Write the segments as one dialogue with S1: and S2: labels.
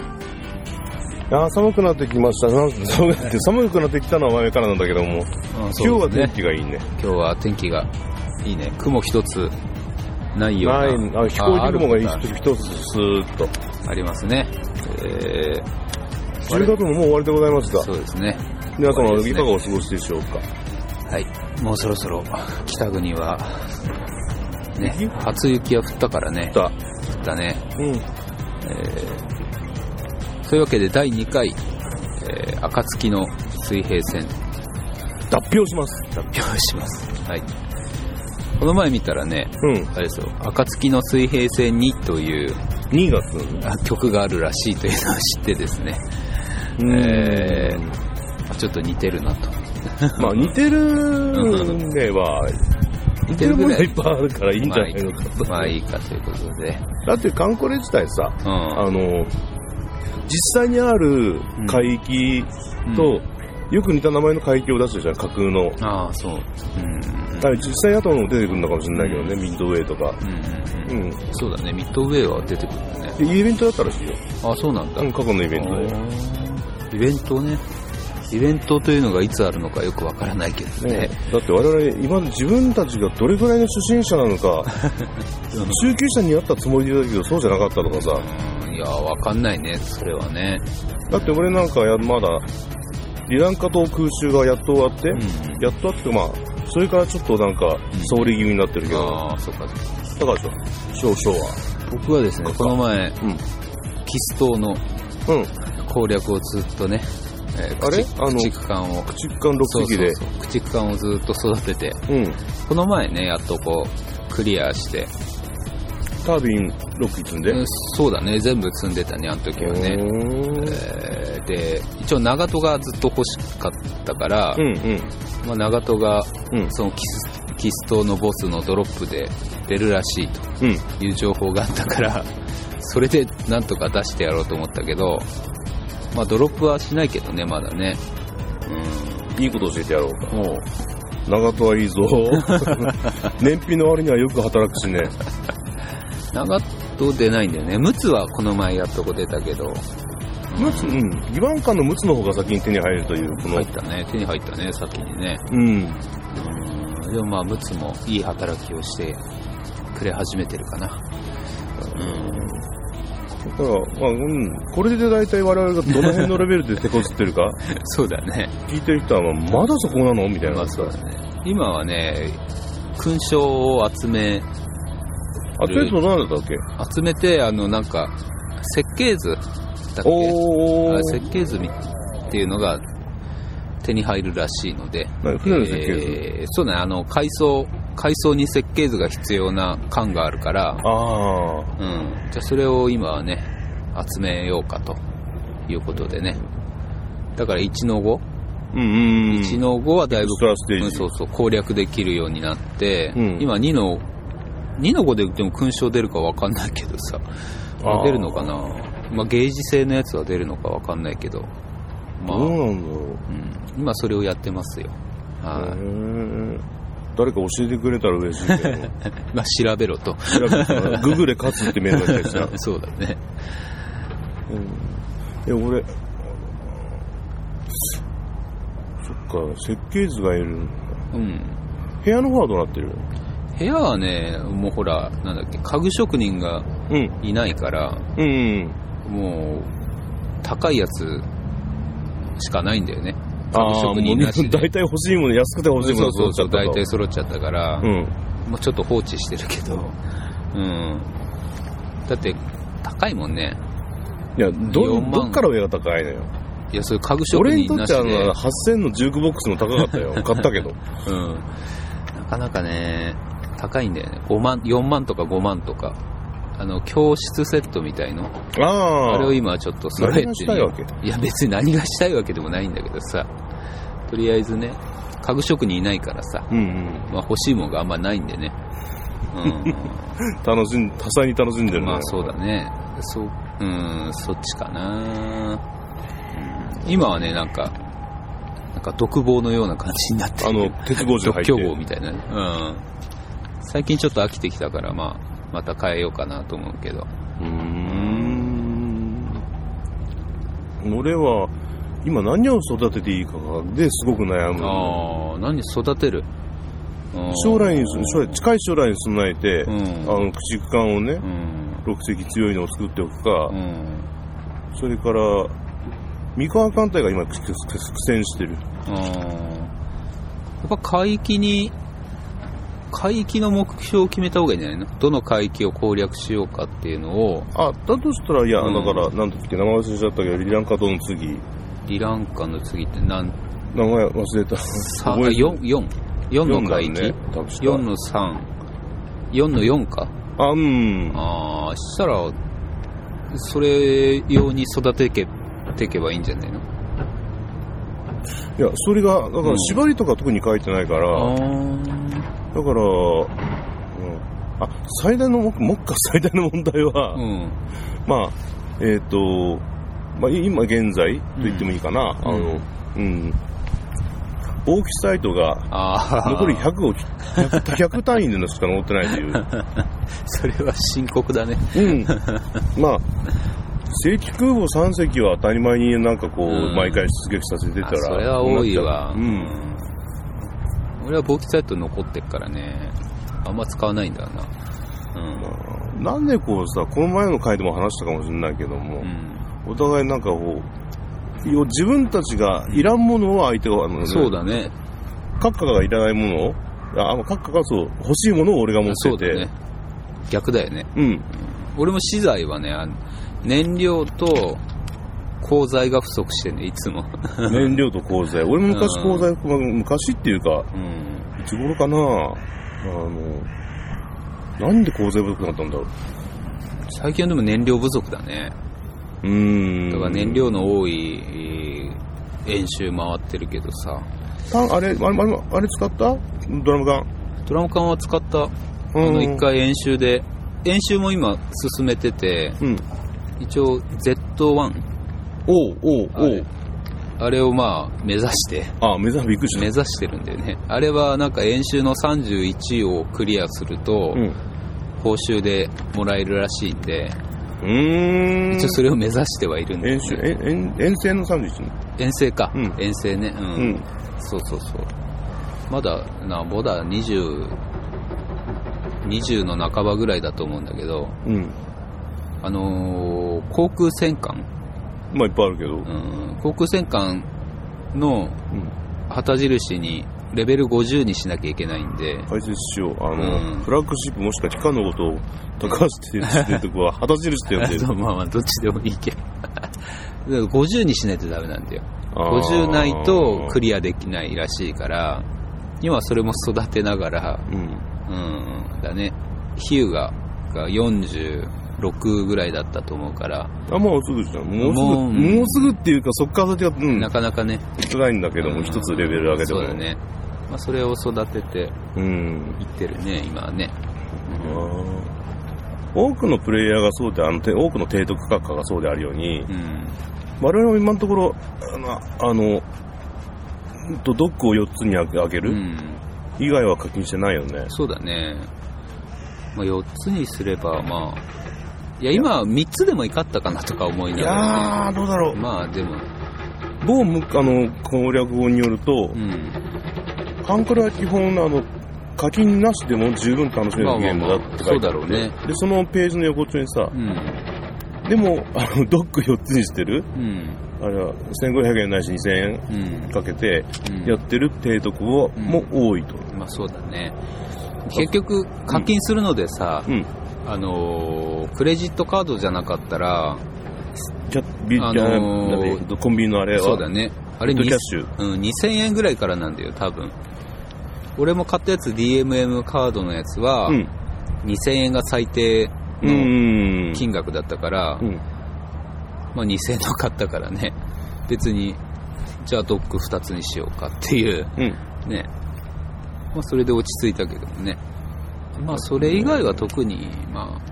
S1: いやー寒くなってきま したなんそうやって寒くなってきたのは前からなんだけども、
S2: うん
S1: 今日
S2: そう
S1: は
S2: です
S1: 天
S2: ね
S1: 気がいいね
S2: 今日は天気がいいね雲一つないような
S1: ないあ飛行機雲が
S2: あある
S1: 一つ一つスーッと
S2: ありますねえー
S1: 10月ももう終わりでございますが
S2: そうですね
S1: 皆様
S2: 終わりです
S1: い
S2: ね
S1: かがお過ごしでしょうか
S2: はいもうそろそろ北国はね
S1: 雪
S2: 初雪は降ったからね
S1: さ
S2: 降ったね
S1: あうん
S2: というわけで第2回、えー、暁の水平線
S1: 脱票します
S2: 発表しますはいこの前見たらね
S1: うん
S2: あれですよ「暁の水平線に」という
S1: 2月
S2: あ曲があるらしいというのを知ってですね
S1: え
S2: えーちょっと似てるなと
S1: まあ似てるね は似てるものがいっぱいあるからいいんじゃないのか
S2: まあいいかということで
S1: だってカンコレ自体さ
S2: うん
S1: あの実際にある海域
S2: うん
S1: と、よく似た名前の海域を出してるじゃん架空の
S2: ああそううん
S1: あれ実際あとも出てくるのかもしれないけどね、ミッドウェイとか。
S2: うんうん
S1: う
S2: うん
S1: ん。
S2: そうだねミッドウェーは出てくるね
S1: でイベントだったらしいよ。
S2: ああそうなんだ
S1: うん、過去のイベントで。
S2: イベントねイベントというのがいつあるのかよくわからないけど
S1: ね
S2: ね、
S1: だって我々、今自分たちがどれぐらいの初心者なのか、中級者に会ったつもりだけどそうじゃなかったとかさ、
S2: うんいやわかんないねそれはね
S1: だって俺なんかやまだ、リランカ島空襲がやっと終わって、
S2: うん
S1: やっとあってまあ、それからちょっとなんか、総理気味になってるけど、
S2: ああそうか
S1: だからさ、少々は。
S2: 僕はですねこの前、
S1: うん
S2: キス島の
S1: うん。
S2: 攻略をずっとね、えー
S1: あれ
S2: 駆
S1: あの
S2: 逐駆逐艦を
S1: 駆逐艦6匹で。
S2: そうそうそう駆逐艦をずっと育てて
S1: うん。
S2: この前ねやっとこうクリアして
S1: タービン6匹積んで。
S2: うんそうだね全部積んでたねあの時はね、
S1: うーん
S2: えーで一応長門がずっと欲しかったから、
S1: うんうん。
S2: まあ、長門が
S1: うん
S2: そのキスキス島のボスのドロップで出るらしいと
S1: うん。
S2: いう情報があったからそれでなんとか出してやろうと思ったけど、まあ、ドロップはしないけどねまだね
S1: いいこと教えてやろうか。
S2: うんもう
S1: 長門はいい ぞ。燃費の割にはよく働くしね。
S2: 長門出ないんだよね陸奥はこの前やっとこ出たけど
S1: ムツ、うん。ギバンカンのムツの方が先に手に入るという、この
S2: 入っ、たね手に入ったね先にね
S1: うん。
S2: うんでもまあ、ムツもいい働きをしてくれ始めてるかな。うん。
S1: だから、まあ、うん。これで大体我々がどの辺のレベルで手こずってるか、
S2: そうだね。
S1: 聞いてる人は、まあまだそこなのみたい
S2: ま
S1: な
S2: あ。そうだね。今はね、勲章を集め、
S1: あ、とりあえず何だったっけ
S2: 集めて、あの、なんか、設計図だっけ
S1: お
S2: あ
S1: ー。
S2: 設計図みっていうのが手に入るらしいので。
S1: 何船の設計図、
S2: えーそうだね、あの、階層、階層に設計図が必要な感があるから、
S1: ああ。
S2: うん、じゃあそれを今はね集めようかということでねだから1の5、
S1: うんうんうん。
S2: 1の5はだいぶ
S1: エクストラステ
S2: う
S1: ー
S2: ん
S1: ジ。
S2: そうそう攻略できるようになって、
S1: うん
S2: 今2の2の5ででも勲章出るかわかんないけどさ
S1: あー
S2: 出るのかな、まあ、ゲージ製のやつは出るのかわかんないけど、まあ
S1: どう
S2: うん、
S1: なんだろう。
S2: 今それをやってますよは
S1: へ
S2: い
S1: ー誰か教えてくれたら嬉しいけど。
S2: まあ、調べろと
S1: 調べてもらう ググレ勝つってメールが来たりさ。
S2: そうだね
S1: え、俺、そっか、設計図がいる。
S2: うん
S1: 部屋の方はどうなってる
S2: 部屋はねもうほらなんだっけ家具職人が
S1: うん。
S2: いないから
S1: うんうん。
S2: もう高いやつしかないんだよね紙
S1: ああ、も
S2: 職
S1: う
S2: 人なし で
S1: 大体欲しいもの、安くて欲しいも
S2: そ
S1: の
S2: うそうそ
S1: 揃っ
S2: う大
S1: ちゃ
S2: 体揃っちゃったから、
S1: ったと。うん。
S2: もうちょっと放置してるけどうんだって高いもんね
S1: いや、ど、
S2: 4万
S1: どっから上が高いのよ。
S2: いやそれ家具職
S1: 俺にと
S2: 人な
S1: っ
S2: して
S1: あ
S2: で
S1: の、8000のジュークボックスの高かったよ。 買ったけど。
S2: うん、なかなかね高いんだよね5万4万とか5万とかあの教室セットみたいの
S1: あ
S2: あれを
S1: あ。
S2: 今ちょっと揃
S1: 何
S2: えて
S1: がしたいわけ
S2: いや別に何がしたいわけでもないんだけどさとりあえずね家具職人いないからさ、
S1: うんうん。
S2: まあ、欲しいもんがあんまないんでね
S1: 楽しん、多彩に楽しんで
S2: う
S1: る
S2: ん
S1: ね。
S2: まあそうだねそううんそっちかな、うん、今はねなんかなんか独房のような感じになって
S1: あの、
S2: る
S1: 鉄格子に入
S2: 独
S1: って
S2: 居房みたいな、うん、最近ちょっと飽きてきたから、まあ、また変えようかなと思うけど
S1: うーん。俺は、今何を育てていいかがですごく悩む。
S2: ああ何育てる
S1: 将来に、将来、近い将来に備えて、
S2: う
S1: あ
S2: ん
S1: の、駆逐艦をね
S2: う、ん
S1: 6隻強いのを作っておくか
S2: う、ん
S1: それから、三河艦隊が今、苦苦苦戦してる。
S2: あーやっぱ海域に海域の目標を決めた方がいいんじゃないのどの海域を攻略しようかっていうのを
S1: あ、だとしたら、いや、
S2: うん
S1: だから、なんとっけ、名前忘れちゃったけど、リランカ島の次、名
S2: リランカの次って何
S1: 前忘れた。
S2: 三あ
S1: 覚えてる
S2: 四四四の
S1: 四
S2: 海
S1: だ
S2: 域
S1: ね多分
S2: 四の三四の四か
S1: あ、うん。
S2: ああしたらそれ用に育てけてけばいいんじゃないの
S1: いや、それが、だか
S2: う
S1: ら、
S2: ん
S1: 縛りとか特に書いてないから、
S2: あ
S1: だから、うんあ、最大の目、目下最大の問題は、
S2: あうん
S1: まあ、えっ、と、まあ、い今現在と言ってもいいかな、
S2: うん
S1: あの、うん。大きサイトが、
S2: ああ
S1: 残り100を切っ、100 100単位でのしか残ってないという。
S2: それは深刻だね
S1: うん、まあ、正規空母3隻は当たり前になんかこう、
S2: うん
S1: 毎回出撃させてた
S2: あ
S1: ら、
S2: それは多いわ
S1: こうなっちゃう
S2: 俺はボキサイト残ってっからねあんま使わないんだよな
S1: うんなんでこうさ、この前の回でも話したかもしれないけども、
S2: うん、うん
S1: お互いなんかこう、いや自分たちがいらんものを相手が、あのね
S2: そうだね
S1: 閣下がいらないものを、あ、あ閣下がそう、欲しいものを俺が持
S2: そ
S1: っ
S2: う
S1: て
S2: だ
S1: て、
S2: ね逆だよね
S1: うん、
S2: 俺も資材はねあの燃料と鋼材が不足してねいつも、
S1: 燃料と鋼材。俺も昔
S2: うん
S1: 鋼材、まあ昔っていうか、
S2: うん、
S1: いつ頃かなあの、なんで鋼材不足になったんだろう。
S2: 最近はでも燃料不足だね
S1: うーん。
S2: だから燃料の多いえー演習回ってるけどさ
S1: タンあれ、あれ、あれあれ使ったドラム缶。
S2: ドラム缶は使ったあ
S1: うん
S2: の一。回演習で演習も今進めてて
S1: うん。
S2: 一応 Z1
S1: おう、おう、お
S2: あれ
S1: う。
S2: あれをまあ目指 して
S1: あ、目覚めびっくりし
S2: 目
S1: た。
S2: 指してるんだよねあれはなんか演習の31をクリアすると
S1: うん。う
S2: 報酬でもらえるらしいんで
S1: ーん。
S2: 一応それを目指してはいるんだよ
S1: 遠征、
S2: ね
S1: え遠遠征の31ね。
S2: 遠征か
S1: うん
S2: 遠征ねう
S1: うんん。
S2: そうそうそう。まだ、なんぼだ、20、20の半ばぐらいだと思うんだけど、
S1: うん。
S2: あのー航空戦艦、
S1: まあ、いっぱいあるけど。
S2: うん、航空戦艦の
S1: うん。
S2: 旗印にレベル50にしなきゃいけないんで、
S1: 解説しよう。あの、
S2: うん。
S1: フラッグシップもしくは機関のことを、高橋哲ってとこは、旗印って呼んでる
S2: まあまあ、どっちでもいいけど。 だから50にしないとダメなんだよ。
S1: あー
S2: 50ないとクリアできないらしいから、今それも育てながら、
S1: うん。
S2: うん、だね。ヒューがが46ぐらいだったと思うから、
S1: あ、もうすぐじゃん。もうすぐ、も
S2: もう
S1: うすぐっていうか、そっから先は、うん
S2: な、かなかね。
S1: 辛いんだけど
S2: う
S1: も、
S2: ん
S1: 一つレベル上げても。
S2: そうだ。ね。まあ、それを育てて
S1: うん。
S2: いってるね、今はね。
S1: 多くのプレイヤーがそうであのて多くの提督閣下がそうであるように
S2: うん。
S1: 我々も今のところあのあのうんとドックを4つにあげ
S2: う
S1: る、
S2: ん。
S1: 以外は課金してないよね
S2: そうだね。まあ、4つにすれば、まあ、いや、今は3つでもいかったかなとか思い
S1: い
S2: ながら、
S1: やーどうだろう
S2: まあ、でも、
S1: 某むあの攻略法によると
S2: うん。
S1: カンクラは基本あの課金なしでも十分楽しめ
S2: まあ
S1: る
S2: ま
S1: ゲ
S2: あ
S1: ーム
S2: ま
S1: だって
S2: あ、
S1: 書
S2: そ
S1: いうて
S2: だ
S1: ある
S2: ろうね。
S1: でそのページの横っちょにさ
S2: うん。
S1: でもあのドック4つにしてる
S2: うん。
S1: あれは1500円ないし2000円
S2: うん。
S1: かけて
S2: うん
S1: やってるってとこ
S2: うん
S1: も多いと。
S2: まあそうだね。結局、課金するのでさ、
S1: うん。
S2: あのークレジットカードじゃなかったら、
S1: キャッビ
S2: あのー
S1: あなんだっけコンビニのあれは、
S2: そうだね。あれ
S1: ネット
S2: に
S1: キャッシュ。
S2: うん、2000円ぐらいからなんだよ、多分。俺も買ったやつ DMM カードのやつは、
S1: うん。
S2: 2000円が最低
S1: う
S2: の
S1: ん。
S2: 金額だったから、
S1: うん。
S2: まあ、2000円の買ったからね、別に、じゃあドック2つにしようかっていう、
S1: うん。
S2: ね。まあ、それで落ち着いたけどね。まあ、それ以外は特に、まあ、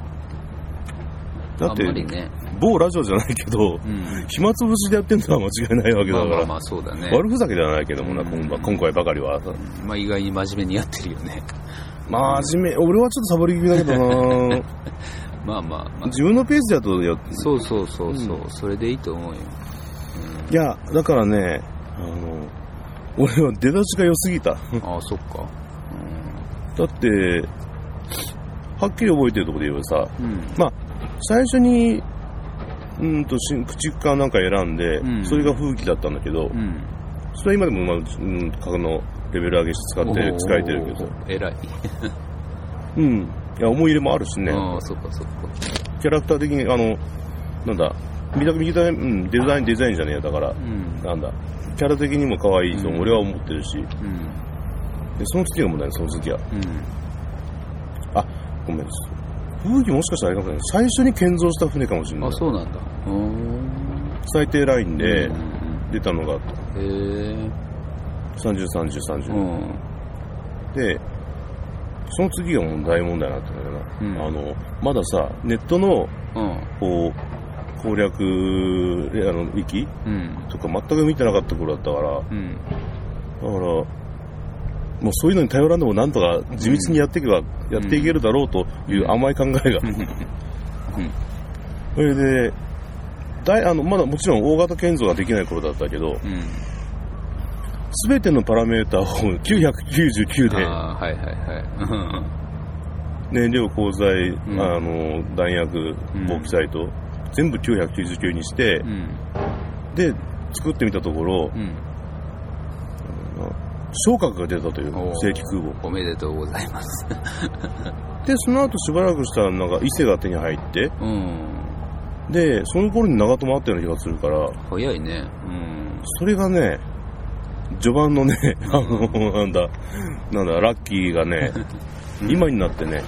S1: だ
S2: あ
S1: っ
S2: んまり
S1: て、
S2: ね。
S1: 某ラジオじゃないけど、
S2: うん。
S1: 暇つぶしでやってんのは間違いないわけだ
S2: ま
S1: か
S2: あ
S1: ら。
S2: まあまあ、そうだね。
S1: 悪ふざけではないけどもな、
S2: うん
S1: 今晩今回ばかりは。
S2: まあ、意外に真面目にやってるよね。
S1: まあ、真面目、俺はちょっとサボり気味だけど な
S2: まあまあまあ。
S1: 自分のペースだとやっ
S2: そうそうそうそう、
S1: う
S2: それでいいと思うよ。
S1: いや、だからね、あの、俺は出だしが良すぎた。
S2: うん、ああ、そっか。
S1: だって、はっきり覚えてるところで言えばさ、
S2: うん。
S1: 最初に、うんと、し口からなんか選んで、
S2: うん
S1: それが風紀だったんだけど
S2: う、ん。
S1: それは今でも、まあ、うん、格のレベル上げして使って、使えてるけど、
S2: ど。偉い。
S1: うん。いや、思い入れもあるしね、
S2: ああ、そっかそっか。
S1: キャラクター的に、あの、なんだ、見た目、見た目、うん、デザイン、デザインじゃねえよだから
S2: う、ん。
S1: なんだ、キャラ的にも可愛いと
S2: うん
S1: 俺は思ってるし、
S2: うん。
S1: で、その次がもうね、その次は。
S2: うん。
S1: ごめん。風紀もしかしたらあれかもしれない。最初に建造した船かもしれない
S2: あ、。そうなんだ。うーん。
S1: 最低ラインで
S2: うんうん
S1: 出たのが
S2: うんへえ。
S1: 30、30、30
S2: う。ん。
S1: で、その次がもう大問題になってるんだよ
S2: うん
S1: な。あの、まださ、ネットの、
S2: うん。
S1: こう、攻略、えあの、域
S2: うん。
S1: とか全く見てなかった頃だったから、だか
S2: うん。
S1: ら、もうそういうのに頼らんでもなんとか地道にやっていけば、やっていけるだろうという甘い考えがそれで、だいあのまだもちろん大型建造ができない頃だったけど、
S2: うん。
S1: すべてのパラメーターを999で、
S2: ああ、はいはいは
S1: 燃料、鋼材、
S2: ん
S1: あの弾薬、防気剤と、全部999にして
S2: い。う、ん。
S1: で、作ってみたところ、
S2: うん。
S1: 昇格が出たという
S2: おー、
S1: 正規空母。
S2: おめでとうございます。
S1: で、その後しばらくしたら、なんか伊勢が手に入って、
S2: うん。
S1: で、その頃に長友あったような気がするから、
S2: 早いね。うん。
S1: それがね、序盤のね、 あの、なんだ、なんだ、ラッキーが ね、今になってね、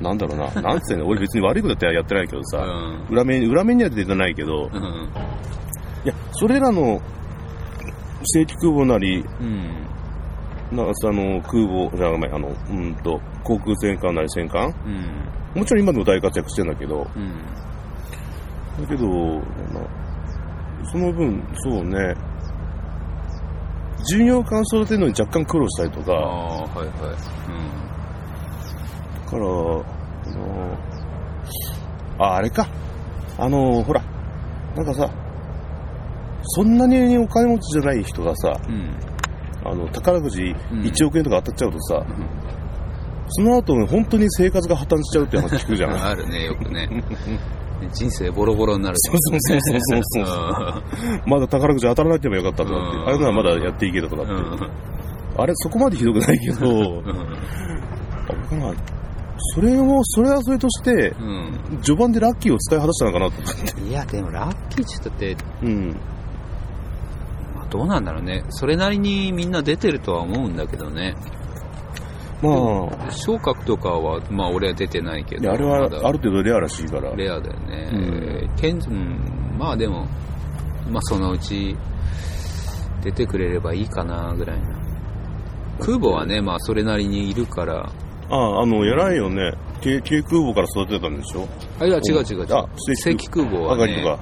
S1: なんだろうな、なんつうの、俺別に悪いことやってないけど
S2: う
S1: さ、
S2: ん。
S1: 裏面、裏面には出てないけど、
S2: うん。うん。
S1: いや、それらの、正規空母なり、
S2: うん。
S1: なんかさあの、空母、じゃあごめん、あの、うんと、航空戦艦なり戦艦
S2: うん。
S1: もちろん今でも大活躍してんだけど、
S2: うん。
S1: だけど、なその分、そうね、巡洋艦育てるのに若干苦労したりと
S2: あ
S1: か、
S2: あ、はいは
S1: だから、あのあ、あれか。あのほら、なんかさ、そんなにお金持ちじゃない人がさ、
S2: い。うん。うん。
S1: あの、宝くじ
S2: ん
S1: 1億円とか当たっちゃうとさ、その後、ね、本当に生活が破綻しちゃうって話聞くじゃん。
S2: あるね、よくね。 人生ボロボロになる
S1: そ
S2: とか
S1: うそうそう そうそうそう。 まだ宝くじ当たらなければよかったとかって、
S2: うん
S1: あれならまだやっていいけどとかって、あれそこまでひどくないけど、
S2: うん。うん。
S1: あ僕はそれを、それはそれとして、
S2: うん。
S1: 序盤でラッキーを使い果たしたのかなと。
S2: いや、でもラッキーちょっとって、
S1: うん。
S2: まあどうなんだろうね。それなりにみんな出てるとは思うんだけどね。
S1: まあ、
S2: 昇格とかは、まあ俺は出てないけ
S1: いや
S2: ど。
S1: あれは
S2: ま
S1: あ
S2: だ
S1: る程度レアらしいから。
S2: レアだよね。
S1: うん
S2: ケンうんまあでも、まあそのうち出てくれればいいかな、ぐらいな。空母はね、まあそれなりにいるから。
S1: ああ、あの、偉いよね。軽軽空母から育てたんでしょ
S2: あ、いや、違う違う違う。
S1: あ
S2: 正
S1: 正規
S2: 規空母は
S1: 赤木
S2: ね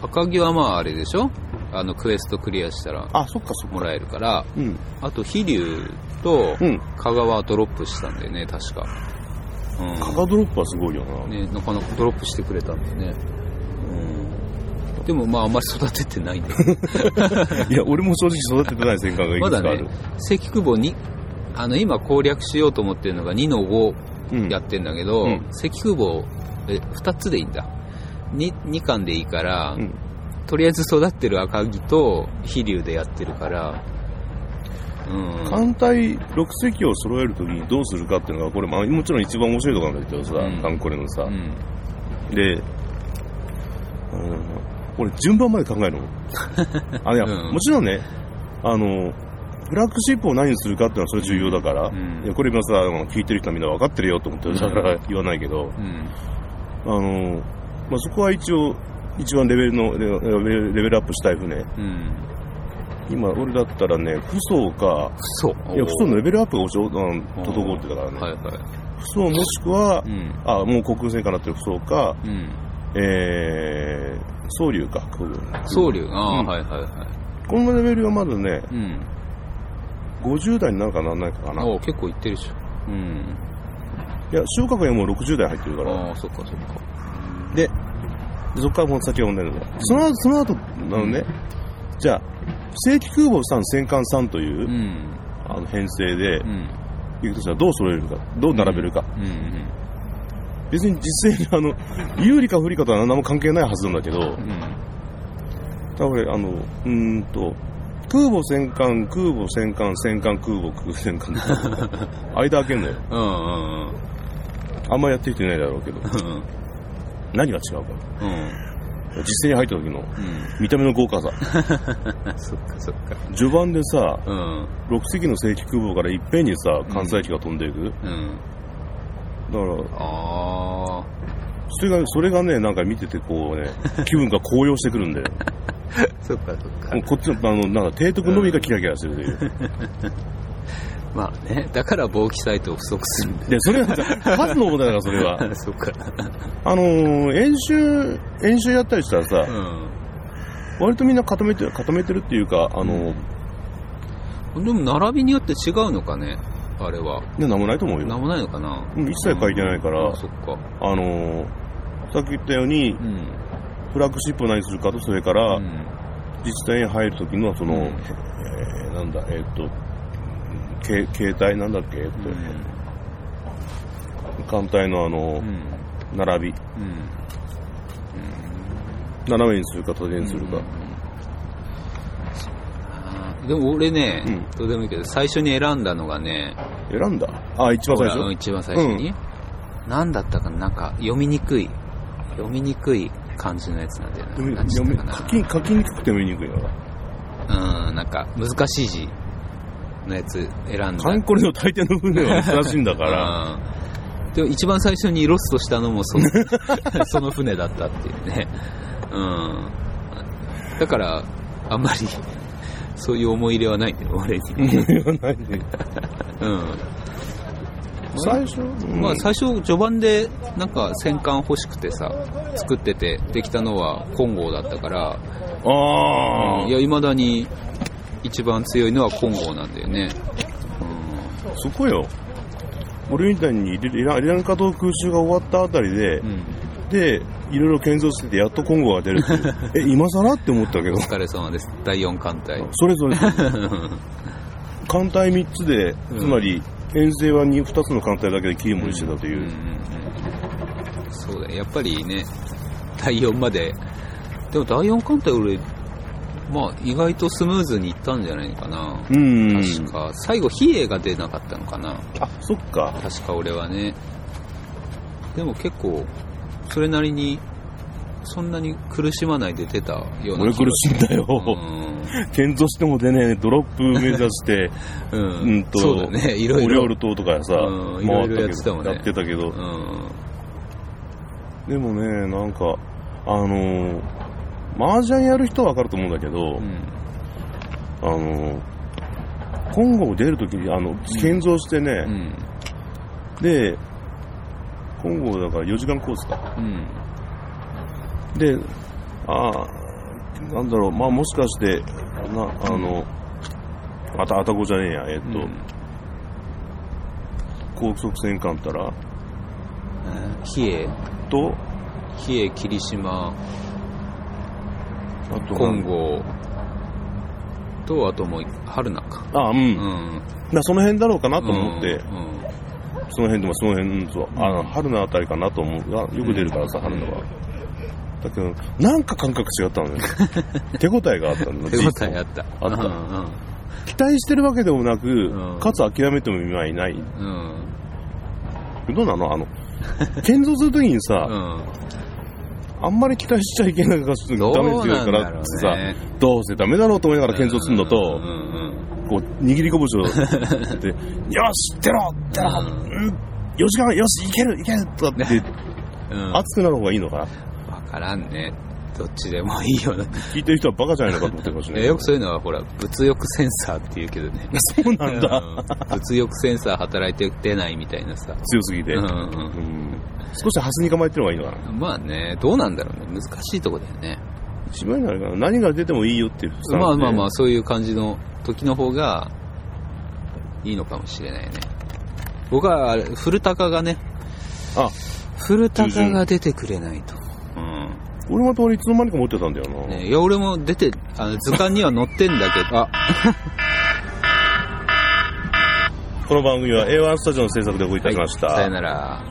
S1: と、か。
S2: 赤城はまああれでしょあの、クエストクリアしたら
S1: あ、そっかそっか。
S2: もらえるから、
S1: うん。
S2: あと飛龍と
S1: うん。
S2: 香川はドロップしたんだよね、確か。
S1: カカドロップはすごいよな。
S2: うん。ね、なかなかドロップしてくれたんだよね。うん。でもまああんまり育ててないんだけど
S1: いや、俺も正直育ててない戦艦がい
S2: ま
S1: く
S2: だ
S1: つかあ
S2: ね
S1: る。、
S2: 関久保に、あの、今攻略しようと思ってるのが2の5
S1: うん
S2: やってんだけど、
S1: うん
S2: 関久保、え、2つでいいんだ。2、2巻でいいから、
S1: うん
S2: とりあえず育ってる赤城と飛龍でやってるから、うん。
S1: 艦隊6隻を揃えるときにどうするかっていうのが、これ、まあ、もちろん一番面白いところなんだけどさ、
S2: うん
S1: 艦これのさ、
S2: うん、
S1: で、うん、俺、順番まで考えるの。あ、いや、
S2: うん
S1: もちろんね、あの、フラッグシップを何にするかっていうのはそれ重要だから、
S2: うん
S1: いやこれ今さ、あの聞いてる人はみんな分かってるよと思ってるから 言わないけど、
S2: うん。
S1: あの、まあ、そこは一応、一番レベルの、レレベルレベルアップしたい船。
S2: うん。
S1: 今、俺だったらね、不装か、
S2: そう。
S1: いや、不装
S2: う
S1: のレベルアップがちょうど、うん滞ってたからね。
S2: はいはい。
S1: 不装もしくは
S2: う、ん。
S1: あ、もう航空戦艦になってる不装か、
S2: うん。
S1: えー、総流か、こういうの
S2: 僧侶、ああ、
S1: うん
S2: はいはいは
S1: このレベルはまだね、
S2: い。うん。
S1: 50代になるかならないかかな。い
S2: お結構いってるでしょ。うん。
S1: や、昇格はもう60代入ってるから、
S2: ああ、そっかそっか。
S1: でそこからもう先は問題なんだよ。その後、その後、なのね、じゃあ、正規空母さん、戦艦さんというう、
S2: ん。
S1: あの編成で
S2: う、ん。
S1: 行くとしたらどう揃えるか、どう並べるか。
S2: うんうん。
S1: 別に実際に、あの、有利か不利かとは何も関係ないはずなんだけど
S2: う、ん。
S1: だから、あの、うーんと、空母戦艦、空母戦艦、戦艦空母、空戦 艦。間開けんのよ。
S2: うんうん
S1: あんまやってきてないだろうけど。
S2: うん。うん。
S1: 何が違うか。
S2: うん。
S1: 実際に入った時の見た目の豪華さ。
S2: うん。そっかそっか。
S1: 序盤でさ、
S2: うん。
S1: 6隻の正規空母からいっぺんにさ、関西機が飛んでいく。だ
S2: うん。
S1: から、
S2: ああ。
S1: それが、それがね、なんか見ててこ うね、気分が高揚してくるんだよ。
S2: そっかそっか
S1: もう。こっちの、あの、なんか提督のみがキラキラしてるという。
S2: まあね、だから防気サイトを不足するんだ
S1: で、それがさ、数の問題だから、それは。
S2: よ。そっか。
S1: あのー演習、演習やったりしたらさ、
S2: う
S1: 割とみんな固めてる、固めてるっていうか、あの、
S2: うん。でも並びによって違うのかね、あれは。
S1: ね、なんもないと思う
S2: なん
S1: よ。
S2: もないのかな。
S1: うん一切書いてないから、
S2: あそっか。
S1: あの、さっき言ったように
S2: う、ん。
S1: フラッグシップを何するかと、それから、
S2: うん
S1: 自治体に入る時の、その、
S2: うん
S1: えーなんだ、えーっと、け携帯なんだっけ、えーっと艦隊のあの
S2: う、ん。
S1: 並び、
S2: うん。
S1: 斜めにするか、縦にする
S2: う
S1: か
S2: ん。あーでも俺ね、
S1: うん
S2: どうでもいいけど、最初に選んだのがね、
S1: 選んだ。あ、一番最
S2: ほら
S1: 初
S2: 一番最初に。何だったかな、なんか読みにくい、読みにくい感じのやつなんだよ
S1: 読み
S2: ね。なんつ
S1: 読
S2: っ
S1: み
S2: たかな
S1: 書き書きにくくても言いにくいのか。
S2: うん、なんか難しい字のやつ選んだ。
S1: カンコレの大抵の船は難しいんだから、
S2: うんでも一番最初にロストしたのもその その船だったっていうね。うん。だから、あんまり、そういう思い入れはないんだよ、俺に。
S1: 言わないで
S2: うん。
S1: 最初、うん
S2: まあ最初、序盤で、なんか戦艦欲しくてさ、作ってて、できたのは金剛だったから、
S1: ああ、
S2: いや、未だに一番強いのは金剛なんだよね。
S1: そこよ。俺みたいにイライランカ島空襲が終わったあたりで
S2: う、ん。うん。
S1: で、いろいろ建造してて、やっと今後が出るって いう。え、今更って思ったけど
S2: お。疲れ様です。第4艦隊。
S1: それぞ れ、艦隊3つで、
S2: うん
S1: つまり、遠征は 2, 2つの艦隊だけで切り盛りしてたとい
S2: うんうん
S1: う。
S2: うんそうだよやっぱりね第4まででも第4艦隊俺まあ意外とスムーズにいったんじゃないかな、
S1: うん。
S2: 確か最後比叡が出なかったのかな
S1: あ、そっか。
S2: 確か俺はねでも結構それなりにそんなに苦しまないで出たような
S1: 俺苦しいんだ
S2: う
S1: よ。
S2: ん
S1: 建造しても出ねえ、ドロップ目指して、
S2: うん
S1: うんと
S2: そうだ ねい
S1: オ
S2: ろい
S1: リオー
S2: ろ
S1: ル島とかさ
S2: う
S1: 回
S2: ん、いろいろやっ
S1: ってたけ
S2: たもん
S1: ど、
S2: ね
S1: やってたけど
S2: う、ん
S1: でもね、なんか、あのー、麻雀やる人はわかると思うんだけど
S2: う、ん
S1: あのー、今後出るときに、あの、建造してね、
S2: うん
S1: で、今後だから4時間コースか。
S2: うん
S1: で、ああ、なんだろう、まあもしかして、な、あの、あた、あたこじゃねえや、えっと、
S2: うん
S1: 高速戦艦たら、
S2: 比叡
S1: と、
S2: 比叡霧島
S1: あと、
S2: 金剛とあともう春菜か
S1: ああ、うん。
S2: う
S1: ま
S2: ん
S1: あその辺だろうかなと思って、
S2: うん
S1: その辺でもその辺、うん、そう、あの、春のあたりかなと思う。あよく出るからさ、春のは。だけど、なんか感覚違った のね。手応えがあったの。
S2: 手応えあった。
S1: あった
S2: うん
S1: 期待してるわけでもなく、
S2: うん
S1: かつ諦めても今いない。
S2: うん。うん。
S1: どうなのあの、 建造するときにさ、
S2: うん。
S1: あんまり期待しちゃいけないから、ちょっとダメージ強いからってさ、どうせダメだろうと思いながら建造するの
S2: う
S1: と
S2: ん、うん
S1: こう、握り拳をや って、よし、出ろ出ろ
S2: うん
S1: うん、4時間、よし、いけるいけるとかって、
S2: うんうん。
S1: 熱くなる方がいいのかな
S2: わからんね。どっちでもいいよな。
S1: 聞いてる人はバカじゃないのかと思ってるかもしれな
S2: え
S1: い。
S2: よくそういうのはほら、物欲センサーって言うけどね。
S1: そうなんだ。
S2: うん物欲センサー働いて出ないみたいなさ。
S1: 強すぎて。
S2: う
S1: うんん
S2: う
S1: 少しハスに構えてるのがいいのかな。
S2: ん。まあね、どうなんだろうね。難しいとこだよね。
S1: 芝居なのかな何が出てもいいよっていうスタンスで
S2: まあまあまあ、そういう感じの時の方がいいのかもしれないね。僕はあれ、古高がね、
S1: あ、
S2: 古高が出てくれないと。うん。
S1: 俺また俺いつの間にか持ってたんだよな。
S2: ね、いや、俺も出て、あの、図鑑には載ってんだけど、あ、
S1: この番組は A1 スタジオの制作でお送りいたしました。
S2: さよなら。